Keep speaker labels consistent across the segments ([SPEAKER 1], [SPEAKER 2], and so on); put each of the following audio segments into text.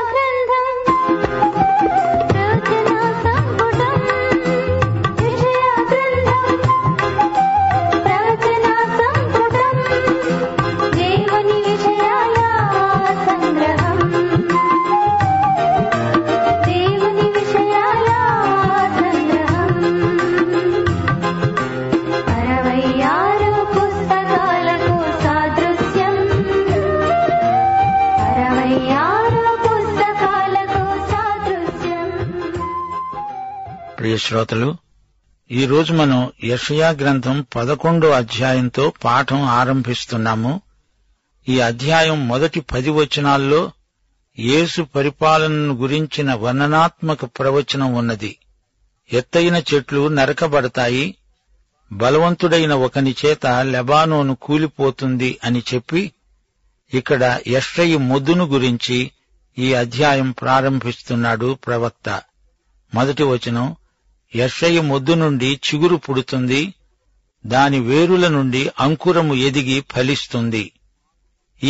[SPEAKER 1] విషయా గ్రంథం రచనా సంపుటం విషయా గ్రంథం రచనా సంపుటం జీవని విషయాయ సంగ్రహం జీవని విషయాయ సంగ్రహం అరవై ఆరు పుస్తకాలకు సాదృశ్యం అరవై ఆరు పుస్తకాలకు సాదృశ్యం
[SPEAKER 2] ప్రియ శ్రోతలు ఈ రోజు మనం యషయా గ్రంథం పదకొండో అధ్యాయంతో పాఠం ఆరంభిస్తున్నాము ఈ అధ్యాయం మొదటి పది వచనాల్లో యేసు పరిపాలనను గురించిన వర్ణనాత్మక ప్రవచనం ఉన్నది ఎత్తైన చెట్లు నరకబడతాయి బలవంతుడైన ఒకని చేత లెబానోను కూలిపోతుంది అని చెప్పి ఇక్కడ యష్రయి మొద్దును గురించి ఈ అధ్యాయం ప్రారంభిస్తున్నాడు ప్రవక్త మొదటి వచనం యెషయ మొద్దు నుండి చిగురు పుడుతుంది దాని వేరుల నుండి అంకురము ఎదిగి ఫలిస్తుంది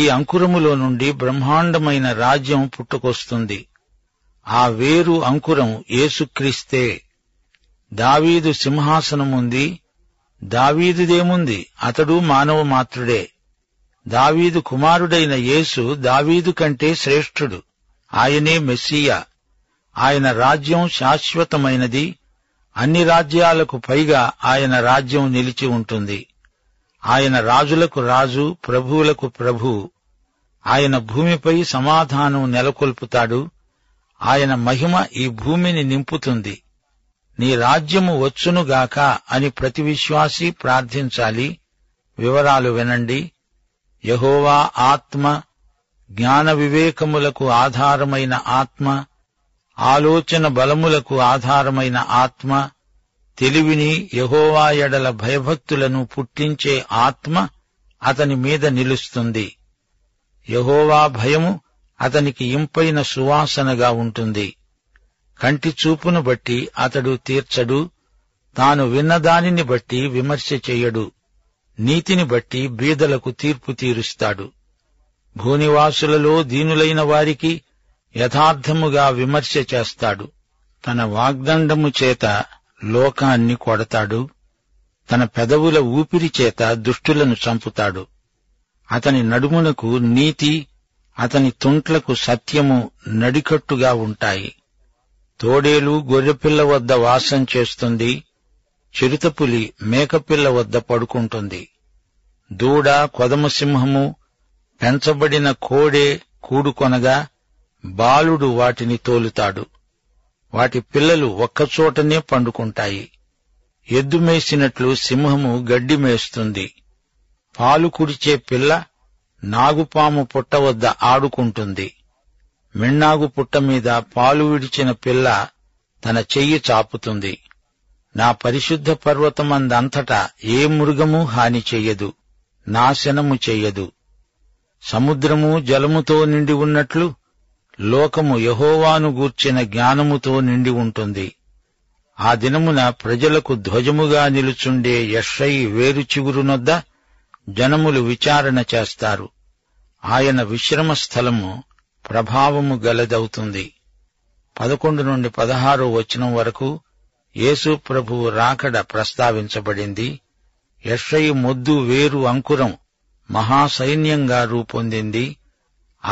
[SPEAKER 2] ఈ అంకురములో నుండి బ్రహ్మాండమైన రాజ్యం పుట్టుకొస్తుంది ఆ వేరు అంకురం యేసుక్రీస్తే దావీదు సింహాసనముంది దావీదుదేముంది అతడు మానవ మాత్రుడే దావీదు కుమారుడైన యేసు దావీదు కంటే శ్రేష్ఠుడు ఆయనే మెస్సియా ఆయన రాజ్యం శాశ్వతమైనది అన్ని రాజ్యాలకు పైగా ఆయన రాజ్యం నిలిచి ఉంటుంది ఆయన రాజులకు రాజు ప్రభువులకు ప్రభు ఆయన భూమిపై సమాధానం నెలకొల్పుతాడు ఆయన మహిమ ఈ భూమిని నింపుతుంది నీ రాజ్యము వచ్చునుగాక అని ప్రతి విశ్వాసి ప్రార్థించాలి వివరాలు వినండి యహోవా ఆత్మ జ్ఞాన వివేకములకు ఆధారమైన ఆత్మ ఆలోచన బలములకు ఆధారమైన ఆత్మ తెలివిని యహోవా ఎడల భయభక్తులను పుట్టించే ఆత్మ అతని మీద నిలుస్తుంది యహోవా భయము అతనికి ఇంపైన సువాసనగా ఉంటుంది కంటి చూపును బట్టి అతడు తీర్చడు తాను విన్నదానిని బట్టి విమర్శ చేయడు నీతిని బట్టి బీదలకు తీర్పు తీరుస్తాడు భూనివాసులలో దీనులైన వారికి యథార్థముగా విమర్శ చేస్తాడు తన వాగ్దండము చేత లోకాన్ని కొడతాడు తన పెదవుల ఊపిరి చేత దుష్టులను చంపుతాడు అతని నడుమునకు నీతి అతని తుంట్లకు సత్యము నడికట్టుగా ఉంటాయి తోడేలు గొర్రెపిల్ల వద్ద వాసం చేస్తుంది చిరుతపులి మేకపిల్ల వద్ద పడుకుంటుంది దూడ కొదమసింహము పెంచబడిన కోడే కూడుకొనగా బాలుడు వాటిని తోలుతాడు వాటి పిల్లలు ఒక్కచోటనే పండుకుంటాయి ఎద్దు మేసినట్లు సింహము గడ్డి మేస్తుంది పాలు కుడిచే పిల్ల నాగుపాము పుట్ట వద్ద ఆడుకుంటుంది మిన్నాగు పుట్ట మీద పాలు విడిచిన పిల్ల తన చెయ్యి చాపుతుంది నా పరిశుద్ధ పర్వతమందంతటా ఏ మృగము హాని చెయ్యదు నాశనము చెయ్యదు సముద్రము జలముతో నిండి ఉన్నట్లు లోకము యహోవాను గూర్చిన జ్ఞానముతో నిండి ఉంటుంది ఆ దినమున ప్రజలకు ధ్వజముగా నిలుచుండే యషై వేరు చిగురునొద్ద జనములు విచారణ చేస్తారు ఆయన విశ్రమ స్థలము ప్రభావము గలదవుతుంది పదకొండు నుండి పదహారో వచనం వరకు యేసు ప్రభువు రాకడ ప్రస్తావించబడింది యషై మొద్దు వేరు అంకురం మహాసైన్యంగా రూపొందింది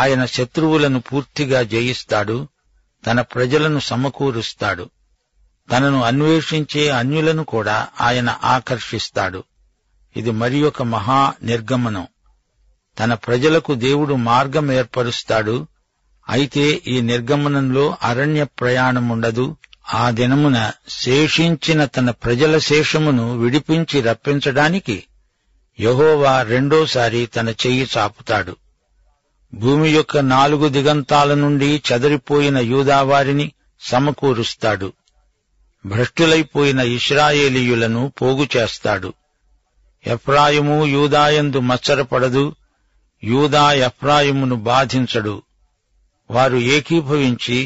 [SPEAKER 2] ఆయన శత్రువులను పూర్తిగా జయిస్తాడు తన ప్రజలను సమకూరుస్తాడు తనను అన్వేషించే అన్యులను కూడా ఆయన ఆకర్షిస్తాడు ఇది మరి ఒక మహా నిర్గమనం తన ప్రజలకు దేవుడు మార్గం ఏర్పరుస్తాడు అయితే ఈ నిర్గమనంలో అరణ్య ప్రయాణముండదు ఆ దినమున శేషించిన తన ప్రజల శేషమును విడిపించి రప్పించడానికి యహోవా రెండోసారి తన చెయ్యి చాపుతాడు భూమి యొక్క నాలుగు దిగంతాల నుండి చెదరిపోయిన యూదావారిని సమకూరుస్తాడు భ్రష్టులైపోయిన ఇస్రాయేలీయులను పోగు చేస్తాడు ఎఫ్రాయిము యూదాయందు మచ్చరపడదు యూదా ఎఫ్రాయిమును బాధించడు వారు ఏకీభవించి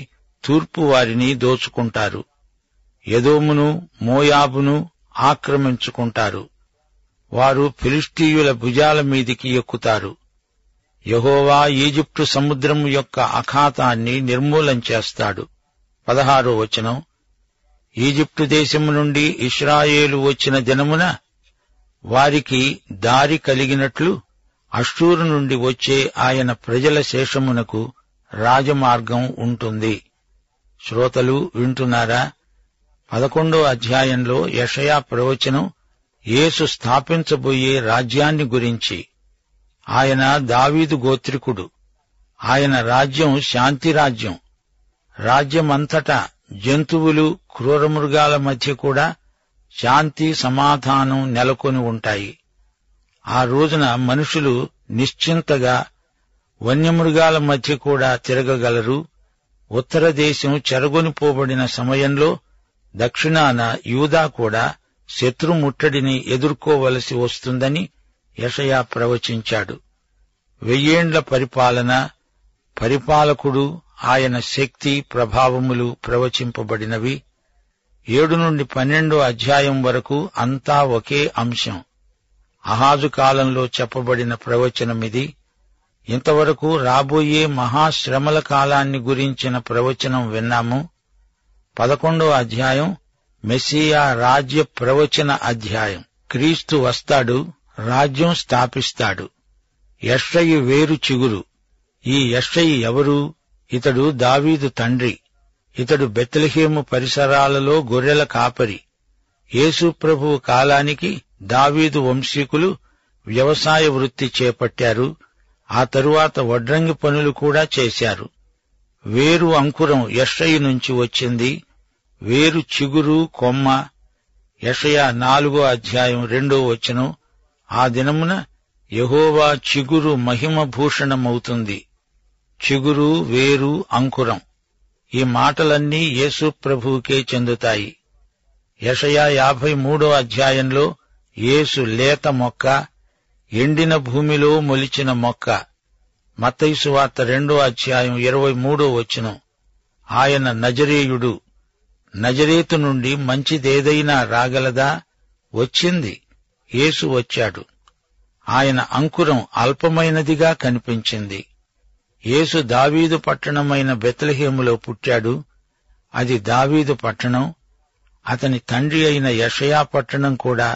[SPEAKER 2] తూర్పు వారిని దోచుకుంటారు ఎదోమును మోయాబును ఆక్రమించుకుంటారు వారు ఫిలిష్తీయుల భుజాల మీదికి ఎక్కుతారు యహోవా ఈజిప్టు సముద్రం యొక్క అఖాతాన్ని నిర్మూలం చేస్తాడు పదహారో వచనం ఈజిప్టు దేశము నుండి ఇస్రాయేలు వచ్చిన దినమున వారికి దారి కలిగినట్లు అష్షూరు నుండి వచ్చే ఆయన ప్రజల శేషమునకు రాజమార్గం ఉంటుంది శ్రోతలు వింటున్నారా పదకొండో అధ్యాయంలో యెషయా ప్రవచనం యేసు స్థాపించబోయే రాజ్యాన్ని గురించి ఆయన దావీదు గోత్రికుడు ఆయన రాజ్యం శాంతి రాజ్యం రాజ్యమంతటా జంతువులు క్రూరమృగాల మధ్య కూడా శాంతి సమాధానం నెలకొని ఉంటాయి ఆ రోజున మనుషులు నిశ్చింతగా వన్యమృగాల మధ్య కూడా తిరగగలరు ఉత్తర దేశం చెరగొనిపోబడిన సమయంలో దక్షిణాన యూదా కూడా శత్రుముట్టడిని ఎదుర్కోవలసి వస్తుందని యెషయా ప్రవచించాడు వెయ్యేండ్ల పరిపాలన పరిపాలకుడు ఆయన శక్తి ప్రభావములు ప్రవచింపబడినవి ఏడు నుండి పన్నెండో అధ్యాయం వరకు అంతా ఒకే అంశం అహాజు కాలంలో చెప్పబడిన ప్రవచనమిది ఇంతవరకు రాబోయే మహాశ్రమల కాలాన్ని గురించిన ప్రవచనం విన్నాము పదకొండో అధ్యాయం మెస్సియా రాజ్య ప్రవచన అధ్యాయం క్రీస్తు వస్తాడు రాజ్యం స్థాపిస్తాడు యషయి వేరు చిగురు ఈ యషయి ఎవరు ఇతడు దావీదు తండ్రి ఇతడు బెత్లెహేము పరిసరాలలో గొర్రెల కాపరి యేసు ప్రభువు కాలానికి దావీదు వంశీకులు వ్యవసాయ వృత్తి చేపట్టారు ఆ తరువాత వడ్రంగి పనులు కూడా చేశారు వేరు అంకురం యషయి నుంచి వచ్చింది వేరు చిగురు కొమ్మ యషయ నాలుగో అధ్యాయం రెండో వచనం ఆ దినమున యహోవా చిగురు మహిమ భూషణమవుతుంది చిగురు వేరు అంకురం ఈ మాటలన్నీ యేసు ప్రభువుకే చెందుతాయి యషయా యాభై మూడో అధ్యాయంలో యేసు లేత మొక్క ఎండిన భూమిలో మొలిచిన మొక్క మత్తయి వార్త రెండో అధ్యాయం ఇరవై మూడో వచనం ఆయన నజరేయుడు నజరేతు నుండి మంచిదేదైనా రాగలదా వచ్చింది యేసు వచ్చాడు ఆయన అంకురం అల్పమైనదిగా కనిపించింది యేసు దావీదు పట్టణమైన బెత్లహేములో పుట్టాడు అది దావీదు పట్టణం అతని తండ్రి అయిన యషయా పట్టణం కూడా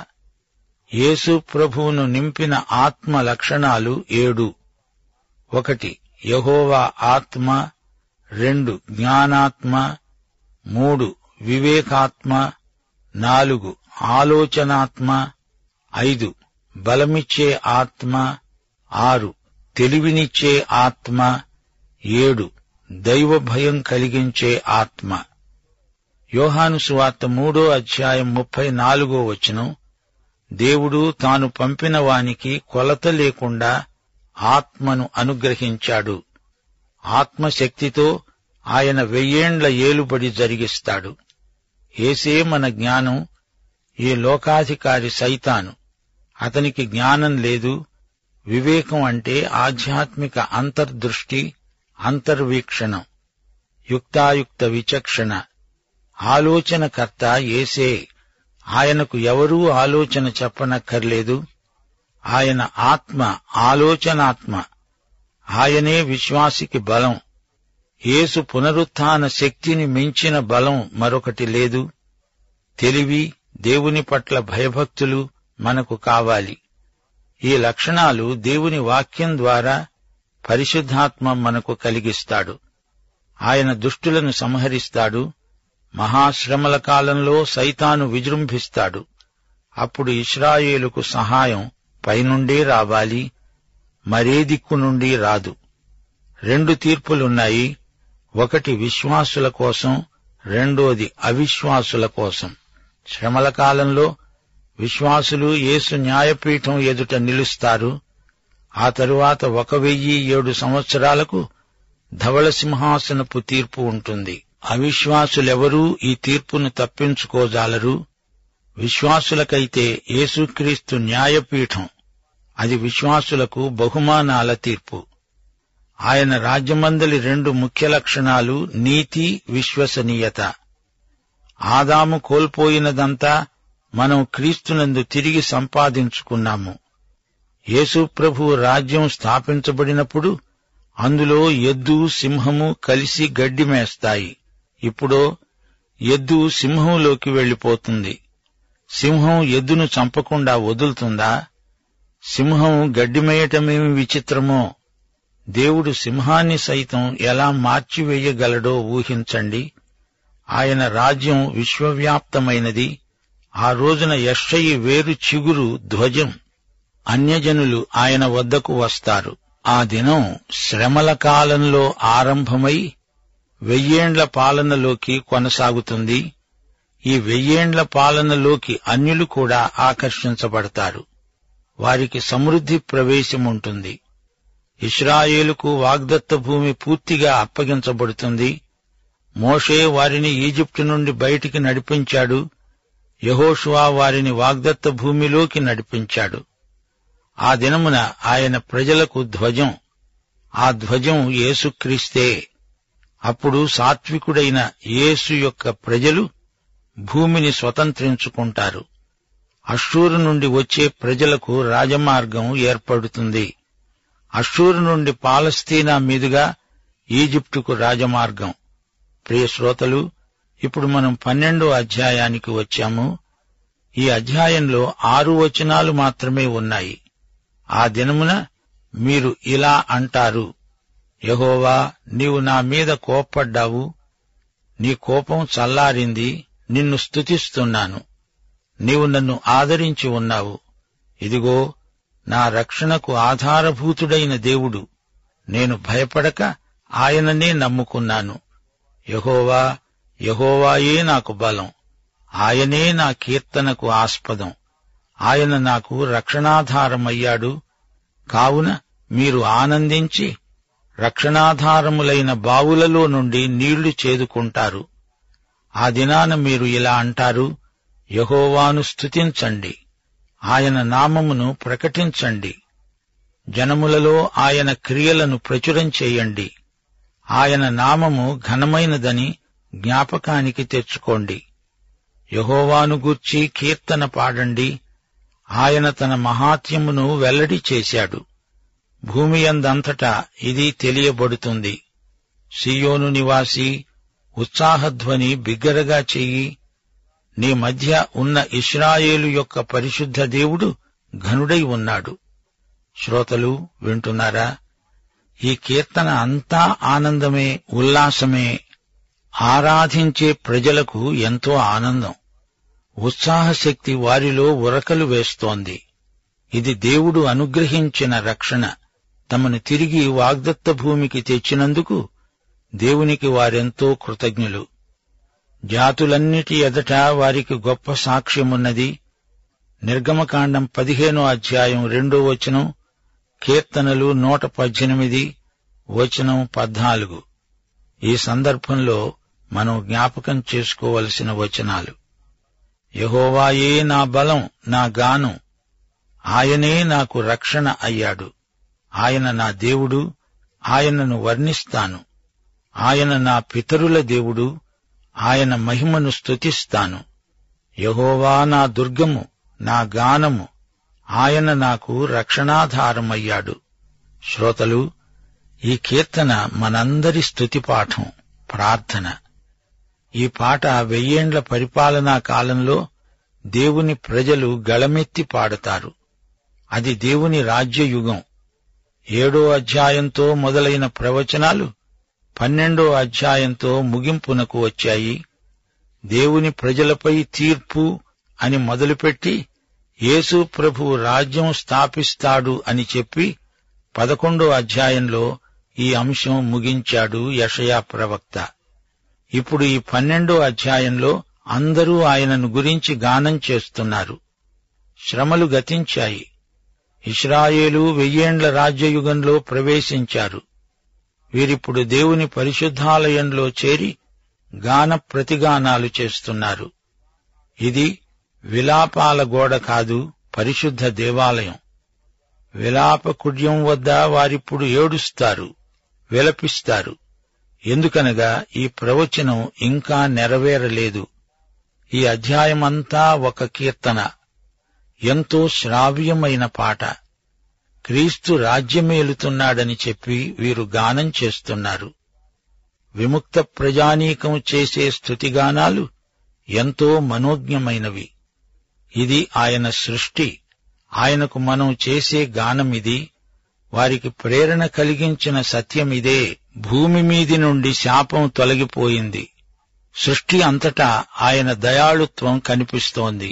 [SPEAKER 2] యేసు ప్రభువును నింపిన ఆత్మ లక్షణాలు ఏడు ఒకటి యహోవా ఆత్మ రెండు జ్ఞానాత్మ మూడు వివేకాత్మ నాలుగు ఆలోచనాత్మ ఐదు బలమిచ్చే ఆత్మ ఆరు తెలివినిచ్చే ఆత్మ ఏడు దైవ భయం కలిగించే ఆత్మ యోహాను సువార్త మూడో అధ్యాయం ముప్పై నాలుగో వచనం దేవుడు తాను పంపిన వానికి కొలత లేకుండా ఆత్మను అనుగ్రహించాడు ఆత్మశక్తితో ఆయన వెయ్యేండ్ల ఏలుబడి జరిగిస్తాడు ఏసే మన జ్ఞానం ఈ లోకాధికారి సైతాను అతనికి జ్ఞానం లేదు వివేకం అంటే ఆధ్యాత్మిక అంతర్దృష్టి అంతర్వీక్షణం యుక్తాయుక్త విచక్షణ ఆలోచనకర్త ఏసే ఆయనకు ఎవరూ ఆలోచన చెప్పనక్కర్లేదు ఆయన ఆత్మ ఆలోచనాత్మ ఆయనే విశ్వాసికి బలం యేసు పునరుత్థాన శక్తిని మించిన బలం మరొకటి లేదు తెలివి దేవుని పట్ల భయభక్తులు మనకు కావాలి ఈ లక్షణాలు దేవుని వాక్యం ద్వారా పరిశుద్ధాత్మ మనకు కలిగిస్తాడు ఆయన దుష్టులను సంహరిస్తాడు మహాశ్రమల కాలంలో సైతాను విజృంభిస్తాడు అప్పుడు ఇస్రాయేలుకు సహాయం పైనుండే రావాలి మరే దిక్కు నుండి రాదు రెండు తీర్పులున్నాయి ఒకటి విశ్వాసుల కోసం రెండోది అవిశ్వాసుల కోసం శ్రమల కాలంలో విశ్వాసులు యేసు న్యాయపీఠం ఎదుట నిలుస్తారు ఆ తరువాత ఒక వెయ్యి ఏడు సంవత్సరాలకు ధవళ సింహాసనపు తీర్పు ఉంటుంది అవిశ్వాసులెవరూ ఈ తీర్పును తప్పించుకోజాలరు విశ్వాసులకైతే యేసుక్రీస్తు న్యాయపీఠం అది విశ్వాసులకు బహుమానాల తీర్పు ఆయన రాజ్యమందలి రెండు ముఖ్య లక్షణాలు నీతి విశ్వసనీయత ఆదాము కోల్పోయినదంతా మనం క్రీస్తునందు తిరిగి సంపాదించుకున్నాము యేసు ప్రభు రాజ్యం స్థాపించబడినప్పుడు అందులో ఎద్దు సింహము కలిసి గడ్డి మేస్తాయి ఇప్పుడో ఎద్దు సింహంలోకి వెళ్ళిపోతుంది సింహం ఎద్దును చంపకుండా వదులుతుందా సింహం గడ్డి మేయటమేమి విచిత్రమో దేవుడు సింహాన్ని సైతం ఎలా మార్చివేయగలడో ఊహించండి ఆయన రాజ్యం విశ్వవ్యాప్తమైనది ఆ రోజున యశ్షయి వేరు చిగురు ధ్వజం అన్యజనులు ఆయన వద్దకు వస్తారు ఆ దినం శ్రమల కాలంలో ఆరంభమై వెయ్యేండ్ల పాలనలోకి కొనసాగుతుంది ఈ వెయ్యేండ్ల పాలనలోకి అన్యులు కూడా ఆకర్షించబడతారు వారికి సమృద్ధి ప్రవేశముంటుంది ఇస్రాయేలుకు వాగ్దత్త భూమి పూర్తిగా అప్పగించబడుతుంది మోషే వారిని ఈజిప్టు నుండి బయటికి నడిపించాడు యెహోషువా వారిని వాగ్దత్త భూమిలోకి నడిపించాడు ఆ దినమున ఆయన ప్రజలకు ధ్వజం ఆ ధ్వజం యేసుక్రీస్తే అప్పుడు సాత్వికుడైన యేసు యొక్క ప్రజలు భూమిని స్వతంత్రించుకుంటారు అషూరు నుండి వచ్చే ప్రజలకు రాజమార్గం ఏర్పడుతుంది అషూరు నుండి పాలస్తీనా మీదుగా ఈజిప్టుకు రాజమార్గం ప్రియ శ్రోతలు ఇప్పుడు మనం పన్నెండో అధ్యాయానికి వచ్చాము ఈ అధ్యాయంలో ఆరు వచనాలు మాత్రమే ఉన్నాయి ఆ దినమున మీరు ఇలా అంటారు యహోవా నీవు నా మీద కోప్పడ్డావు నీ కోపం చల్లారింది నిన్ను స్తుతిస్తున్నాను నీవు నన్ను ఆదరించి ఉన్నావు ఇదిగో నా రక్షణకు ఆధారభూతుడైన దేవుడు నేను భయపడక ఆయననే నమ్ముకున్నాను యహోవా యహోవాయే నాకు బలం ఆయనే నా కీర్తనకు ఆస్పదం ఆయన నాకు రక్షణాధారమయ్యాడు కావున మీరు ఆనందించి రక్షణాధారములైన బావులలో నుండి నీళ్లు చేదుకుంటారు ఆ దినాన మీరు ఇలా అంటారు యహోవాను స్తుతించండి ఆయన నామమును ప్రకటించండి జనములలో ఆయన క్రియలను ప్రచురం చేయండి ఆయన నామము ఘనమైనదని జ్ఞాపకానికి తెచ్చుకోండి యహోవాను గూర్చి కీర్తన పాడండి ఆయన తన మహాత్యమును వెల్లడి చేశాడు భూమి యందంతటా ఇది తెలియబడుతుంది సియోను నివాసి ఉత్సాహధ్వని బిగ్గరగా చెయ్యి నీ మధ్య ఉన్న ఇస్రాయేలు యొక్క పరిశుద్ధ దేవుడు ఘనుడై ఉన్నాడు శ్రోతలు వింటున్నారా ఈ కీర్తన అంతా ఆనందమే ఉల్లాసమే ఆరాధించే ప్రజలకు ఎంతో ఆనందం ఉత్సాహశక్తి వారిలో ఉరకలు వేస్తోంది ఇది దేవుడు అనుగ్రహించిన రక్షణ తమను తిరిగి వాగ్దత్త భూమికి తెచ్చినందుకు దేవునికి వారెంతో కృతజ్ఞులు జాతులన్నిటి ఎదట వారికి గొప్ప సాక్ష్యమున్నది నిర్గమకాండం పదిహేనో అధ్యాయం రెండో వచనం కీర్తనలు నూట పద్దెనిమిది వచనం పద్నాలుగు ఈ సందర్భంలో మనం జ్ఞాపకం చేసుకోవలసిన వచనాలు యహోవాయే నా బలం నా గానం ఆయనే నాకు రక్షణ అయ్యాడు ఆయన నా దేవుడు ఆయనను వర్ణిస్తాను ఆయన నా పితరుల దేవుడు ఆయన మహిమను స్తుతిస్తాను యహోవా నా దుర్గము నా గానము ఆయన నాకు రక్షణాధారమయ్యాడు శ్రోతలు ఈ కీర్తన మనందరి స్తుతి పాఠం ప్రార్థన ఈ పాట వెయ్యేండ్ల పరిపాలనా కాలంలో దేవుని ప్రజలు గళమెత్తి పాడతారు అది దేవుని రాజ్యయుగం ఏడో అధ్యాయంతో మొదలైన ప్రవచనాలు పన్నెండో అధ్యాయంతో ముగింపునకు వచ్చాయి దేవుని ప్రజలపై తీర్పు అని మొదలుపెట్టి యేసు ప్రభు రాజ్యం స్థాపిస్తాడు అని చెప్పి పదకొండో అధ్యాయంలో ఈ అంశం ముగించాడు యషయా ప్రవక్త ఇప్పుడు ఈ పన్నెండో అధ్యాయంలో అందరూ ఆయనను గురించి గానం చేస్తున్నారు శ్రమలు గతించాయి ఇస్రాయేలు వెయ్యేండ్ల రాజ్యయుగంలో ప్రవేశించారు వీరిప్పుడు దేవుని పరిశుద్ధాలయంలో చేరి గాన ప్రతిగానాలు చేస్తున్నారు ఇది విలాపాల గోడ కాదు పరిశుద్ధ దేవాలయం విలాప కుడ్యం వద్ద వారిప్పుడు ఏడుస్తారు విలపిస్తారు ఎందుకనగా ఈ ప్రవచనం ఇంకా నెరవేరలేదు ఈ అధ్యాయమంతా ఒక కీర్తన ఎంతో శ్రావ్యమైన పాట క్రీస్తు రాజ్యమేలుతున్నాడని చెప్పి వీరు గానం చేస్తున్నారు విముక్త ప్రజానీకం చేసే స్థుతిగానాలు ఎంతో మనోజ్ఞమైనవి ఇది ఆయన సృష్టి ఆయనకు మనం చేసే గానమిది వారికి ప్రేరణ కలిగించిన సత్యమిదే భూమి మీది నుండి శాపం తొలగిపోయింది సృష్టి అంతటా ఆయన దయాళుత్వం కనిపిస్తోంది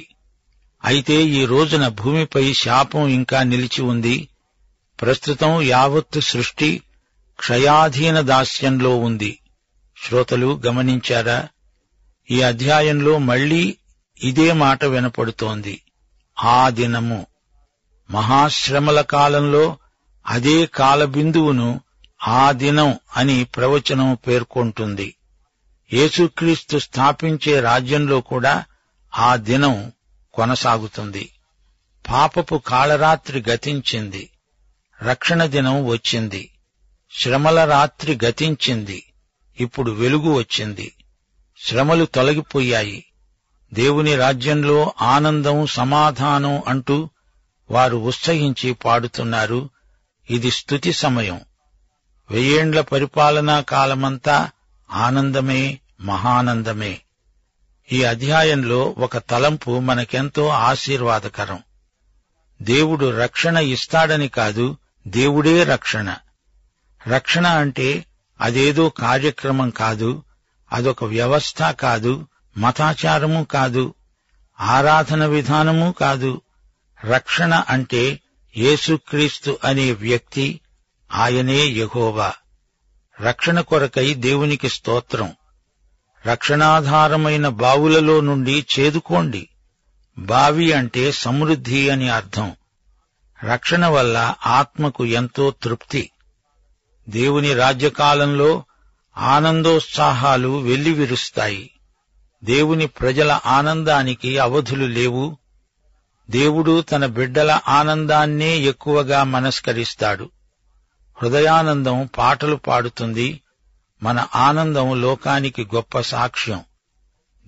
[SPEAKER 2] అయితే ఈ రోజున భూమిపై శాపం ఇంకా నిలిచి ఉంది ప్రస్తుతం యావత్తు సృష్టి క్షయాధీన దాస్యంలో ఉంది శ్రోతలు గమనించారా ఈ అధ్యాయంలో మళ్లీ ఇదే మాట వినపడుతోంది ఆ దినము మహాశ్రమల కాలంలో అదే కాలబిందువును ఆ దినం అని ప్రవచనం పేర్కొంటుంది యేసుక్రీస్తు స్థాపించే రాజ్యంలో కూడా ఆ దినం కొనసాగుతుంది పాపపు కాళరాత్రి గతించింది రక్షణ దినం వచ్చింది శ్రమల రాత్రి గతించింది ఇప్పుడు వెలుగు వచ్చింది శ్రమలు తొలగిపోయాయి దేవుని రాజ్యంలో ఆనందం సమాధానం అంటూ వారు ఉత్సహించి పాడుతున్నారు ఇది స్తుతి సమయం వెయ్యేండ్ల పరిపాలనా కాలమంతా ఆనందమే మహానందమే ఈ అధ్యాయంలో ఒక తలంపు మనకెంతో ఆశీర్వాదకరం దేవుడు రక్షణ ఇస్తాడని కాదు దేవుడే రక్షణ రక్షణ అంటే అదేదో కార్యక్రమం కాదు అదొక వ్యవస్థ కాదు మతాచారము కాదు ఆరాధన విధానము కాదు రక్షణ అంటే యేసుక్రీస్తు అనే వ్యక్తి ఆయనే యెహోవా రక్షణ కొరకై దేవునికి స్తోత్రం రక్షణాధారమైన బావులలో నుండి చేదుకోండి బావి అంటే సమృద్ధి అని అర్థం రక్షణ వల్ల ఆత్మకు ఎంతో తృప్తి దేవుని రాజ్యకాలంలో ఆనందోత్సాహాలు వెల్లివిరుస్తాయి దేవుని ప్రజల ఆనందానికి అవధులు లేవు దేవుడు తన బిడ్డల ఆనందాన్నే ఎక్కువగా మనస్కరిస్తాడు హృదయానందం పాటలు పాడుతుంది మన ఆనందం లోకానికి గొప్ప సాక్ష్యం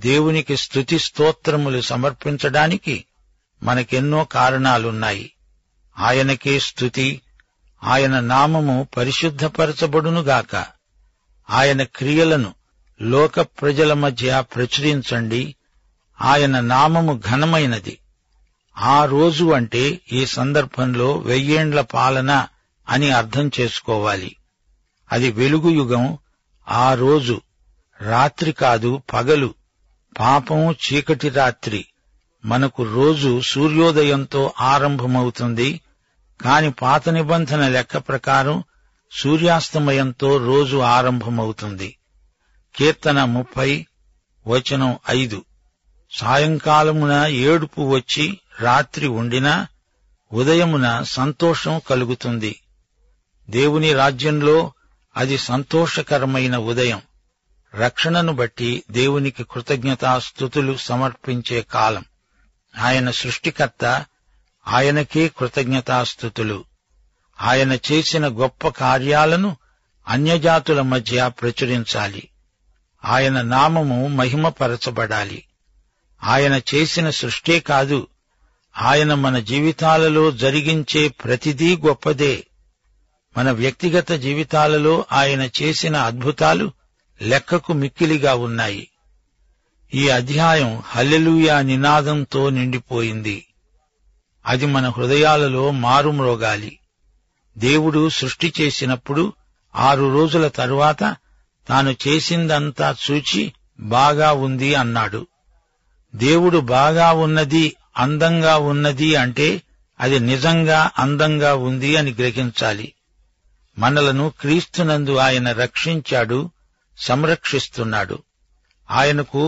[SPEAKER 2] దేవునికి స్తుతి స్తోత్రములు సమర్పించడానికి మనకెన్నో కారణాలున్నాయి ఆయనకే స్తుతి ఆయన నామము పరిశుద్ధపరచబడునుగాక ఆయన క్రియలను లోక ప్రజల మధ్య ప్రచురించండి ఆయన నామము ఘనమైనది ఆ రోజు అంటే ఈ సందర్భంలో వెయ్యేండ్ల పాలన అని అర్థం చేసుకోవాలి అది వెలుగు యుగం ఆ రోజు రాత్రి కాదు పగలు పాపం చీకటి రాత్రి మనకు రోజు సూర్యోదయంతో ఆరంభమవుతుంది కాని పాత నిబంధన లెక్క ప్రకారం సూర్యాస్తమయంతో రోజు ఆరంభమవుతుంది కీర్తన ముప్పై వచనం ఐదు సాయంకాలమున ఏడుపు వచ్చి రాత్రి ఉండినా ఉదయమున సంతోషం కలుగుతుంది దేవుని రాజ్యంలో అది సంతోషకరమైన ఉదయం రక్షణను బట్టి దేవునికి కృతజ్ఞతాస్థుతులు సమర్పించే కాలం ఆయన సృష్టికర్త ఆయనకే కృతజ్ఞతాస్థుతులు ఆయన చేసిన గొప్ప కార్యాలను అన్యజాతుల మధ్య ప్రచురించాలి ఆయన నామము మహిమపరచబడాలి ఆయన చేసిన సృష్టే కాదు ఆయన మన జీవితాలలో జరిగించే ప్రతిదీ గొప్పదే మన వ్యక్తిగత జీవితాలలో ఆయన చేసిన అద్భుతాలు లెక్కకు మిక్కిలిగా ఉన్నాయి ఈ అధ్యాయం హల్లెలూయా నినాదంతో నిండిపోయింది అది మన హృదయాలలో మారుమ్రోగాలి దేవుడు సృష్టి చేసినప్పుడు ఆరు రోజుల తరువాత తాను చేసిందంతా చూచి బాగా ఉంది అన్నాడు దేవుడు బాగా ఉన్నది అందంగా ఉన్నది అంటే అది నిజంగా అందంగా ఉంది అని గ్రహించాలి మనలను క్రీస్తునందు ఆయన రక్షించాడు సంరక్షిస్తున్నాడు ఆయనకు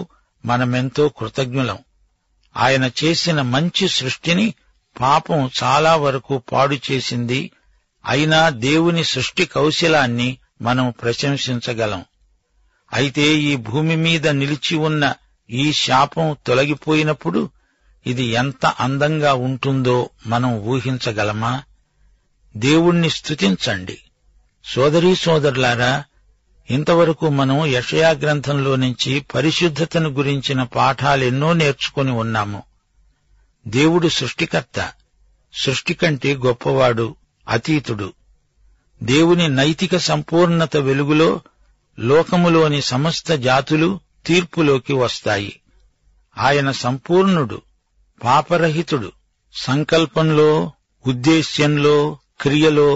[SPEAKER 2] మనమెంతో కృతజ్ఞులం ఆయన చేసిన మంచి సృష్టిని పాపం చాలా వరకు పాడు చేసింది అయినా దేవుని సృష్టి కౌశలాన్ని మనం ప్రశంసించగలం అయితే ఈ భూమి మీద నిలిచి ఉన్న ఈ శాపం తొలగిపోయినప్పుడు ఇది ఎంత అందంగా ఉంటుందో మనం ఊహించగలమా దేవుణ్ణి స్తుతించండి సోదరీ సోదరులారా ఇంతవరకు మనం యషయా గ్రంథంలో నుంచి పరిశుద్ధతను గురించిన పాఠాలెన్నో నేర్చుకుని ఉన్నాము దేవుడు సృష్టికర్త సృష్టి కంటే గొప్పవాడు అతీతుడు దేవుని నైతిక సంపూర్ణత వెలుగులో లోకములోని సమస్త జాతులు తీర్పులోకి వస్తాయి ఆయన సంపూర్ణుడు పాపరహితుడు సంకల్పంలో ఉద్దేశ్యంలో క్రియలో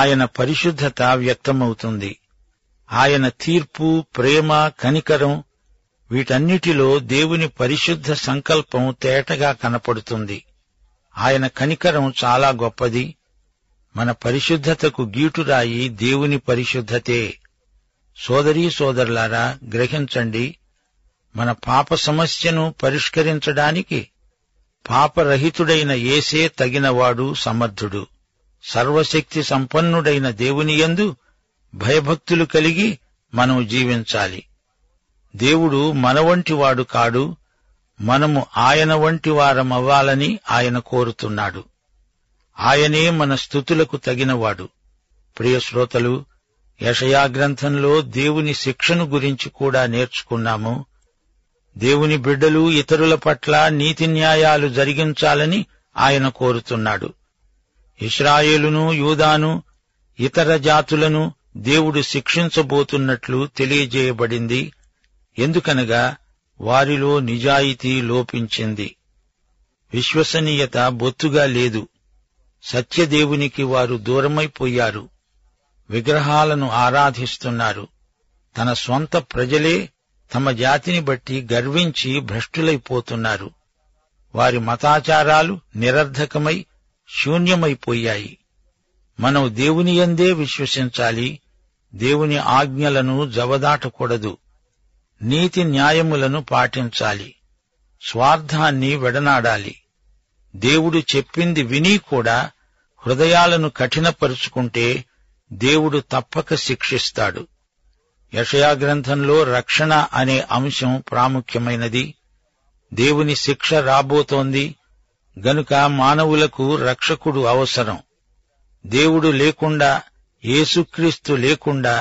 [SPEAKER 2] ఆయన పరిశుద్ధత వ్యక్తమవుతుంది ఆయన తీర్పు ప్రేమ కనికరం వీటన్నిటిలో దేవుని పరిశుద్ధ సంకల్పం తేటగా కనపడుతుంది ఆయన కనికరం చాలా గొప్పది మన పరిశుద్ధతకు గీటురాయి దేవుని పరిశుద్ధతే సోదరీ సోదరులారా గ్రహించండి మన పాప సమస్యను పరిష్కరించడానికి పాపరహితుడైన యేసే తగినవాడు సమర్థుడు సర్వశక్తి సంపన్నుడైన దేవుని యందు భయభక్తులు కలిగి మనం జీవించాలి దేవుడు మన వంటివాడు కాడు మనము ఆయన వంటి వారమవ్వాలని ఆయన కోరుతున్నాడు ఆయనే మన స్థుతులకు తగినవాడు ప్రియ శ్రోతలు యషయా గ్రంథంలో దేవుని శిక్షను గురించి కూడా నేర్చుకున్నాము దేవుని బిడ్డలు ఇతరుల పట్ల నీతి న్యాయాలు జరిగించాలని ఆయన కోరుతున్నాడు ఇస్రాయేలును యూదాను ఇతర జాతులను దేవుడు శిక్షించబోతున్నట్లు తెలియజేయబడింది ఎందుకనగా వారిలో నిజాయితీ లోపించింది విశ్వసనీయత బొత్తుగా లేదు సత్యదేవునికి వారు దూరమైపోయారు విగ్రహాలను ఆరాధిస్తున్నారు తన స్వంత ప్రజలే తమ జాతిని బట్టి గర్వించి భ్రష్టులైపోతున్నారు వారి మతాచారాలు నిరర్ధకమై శూన్యమైపోయాయి మనం దేవుని యందే విశ్వసించాలి దేవుని ఆజ్ఞలను జవదాటకూడదు నీతి న్యాయములను పాటించాలి స్వార్థాన్ని వెడనాడాలి దేవుడు చెప్పింది విని కూడా హృదయాలను కఠినపరుచుకుంటే దేవుడు తప్పక శిక్షిస్తాడు యషయా గ్రంథంలో రక్షణ అనే అంశం ప్రాముఖ్యమైనది దేవుని శిక్ష రాబోతోంది గనుక మానవులకు రక్షకుడు అవసరం దేవుడు లేకుండా యేసుక్రీస్తు లేకుండా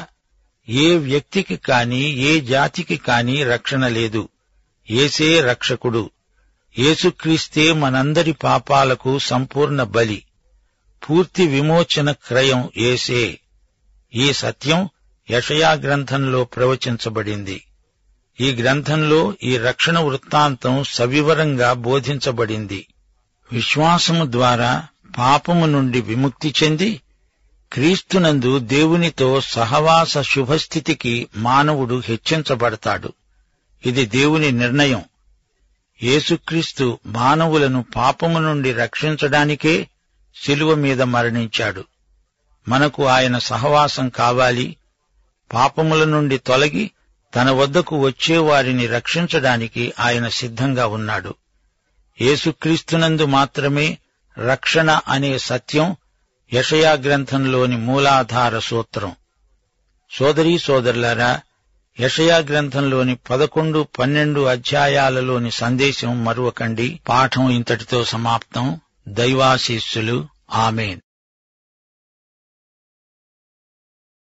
[SPEAKER 2] ఏ వ్యక్తికి కాని ఏ జాతికి కాని రక్షణ లేదు యేసే రక్షకుడు యేసుక్రీస్తే మనందరి పాపాలకు సంపూర్ణ బలి పూర్తి విమోచన క్రయం యేసే ఈ సత్యం యషయా గ్రంథంలో ప్రవచించబడింది ఈ గ్రంథంలో ఈ రక్షణ వృత్తాంతం సవివరంగా బోధించబడింది విశ్వాసము ద్వారా పాపము నుండి విముక్తి చెంది క్రీస్తునందు దేవునితో సహవాస శుభస్థితికి మానవుడు హెచ్చించబడతాడు ఇది దేవుని నిర్ణయం యేసుక్రీస్తు మానవులను పాపము నుండి రక్షించడానికే శిలువ మీద మరణించాడు మనకు ఆయన సహవాసం కావాలి పాపముల నుండి తొలగి తన వద్దకు వచ్చే వారిని రక్షించడానికి ఆయన సిద్ధంగా ఉన్నాడు యేసుక్రీస్తునందు మాత్రమే రక్షణ అనే సత్యం యషయా గ్రంథంలోని మూలాధార సూత్రం సోదరీ సోదరులారా యషయా గ్రంథంలోని పదకొండు పన్నెండు అధ్యాయాలలోని సందేశం మరువకండి పాఠం ఇంతటితో సమాప్తం దైవాశీస్సులు ఆమెన్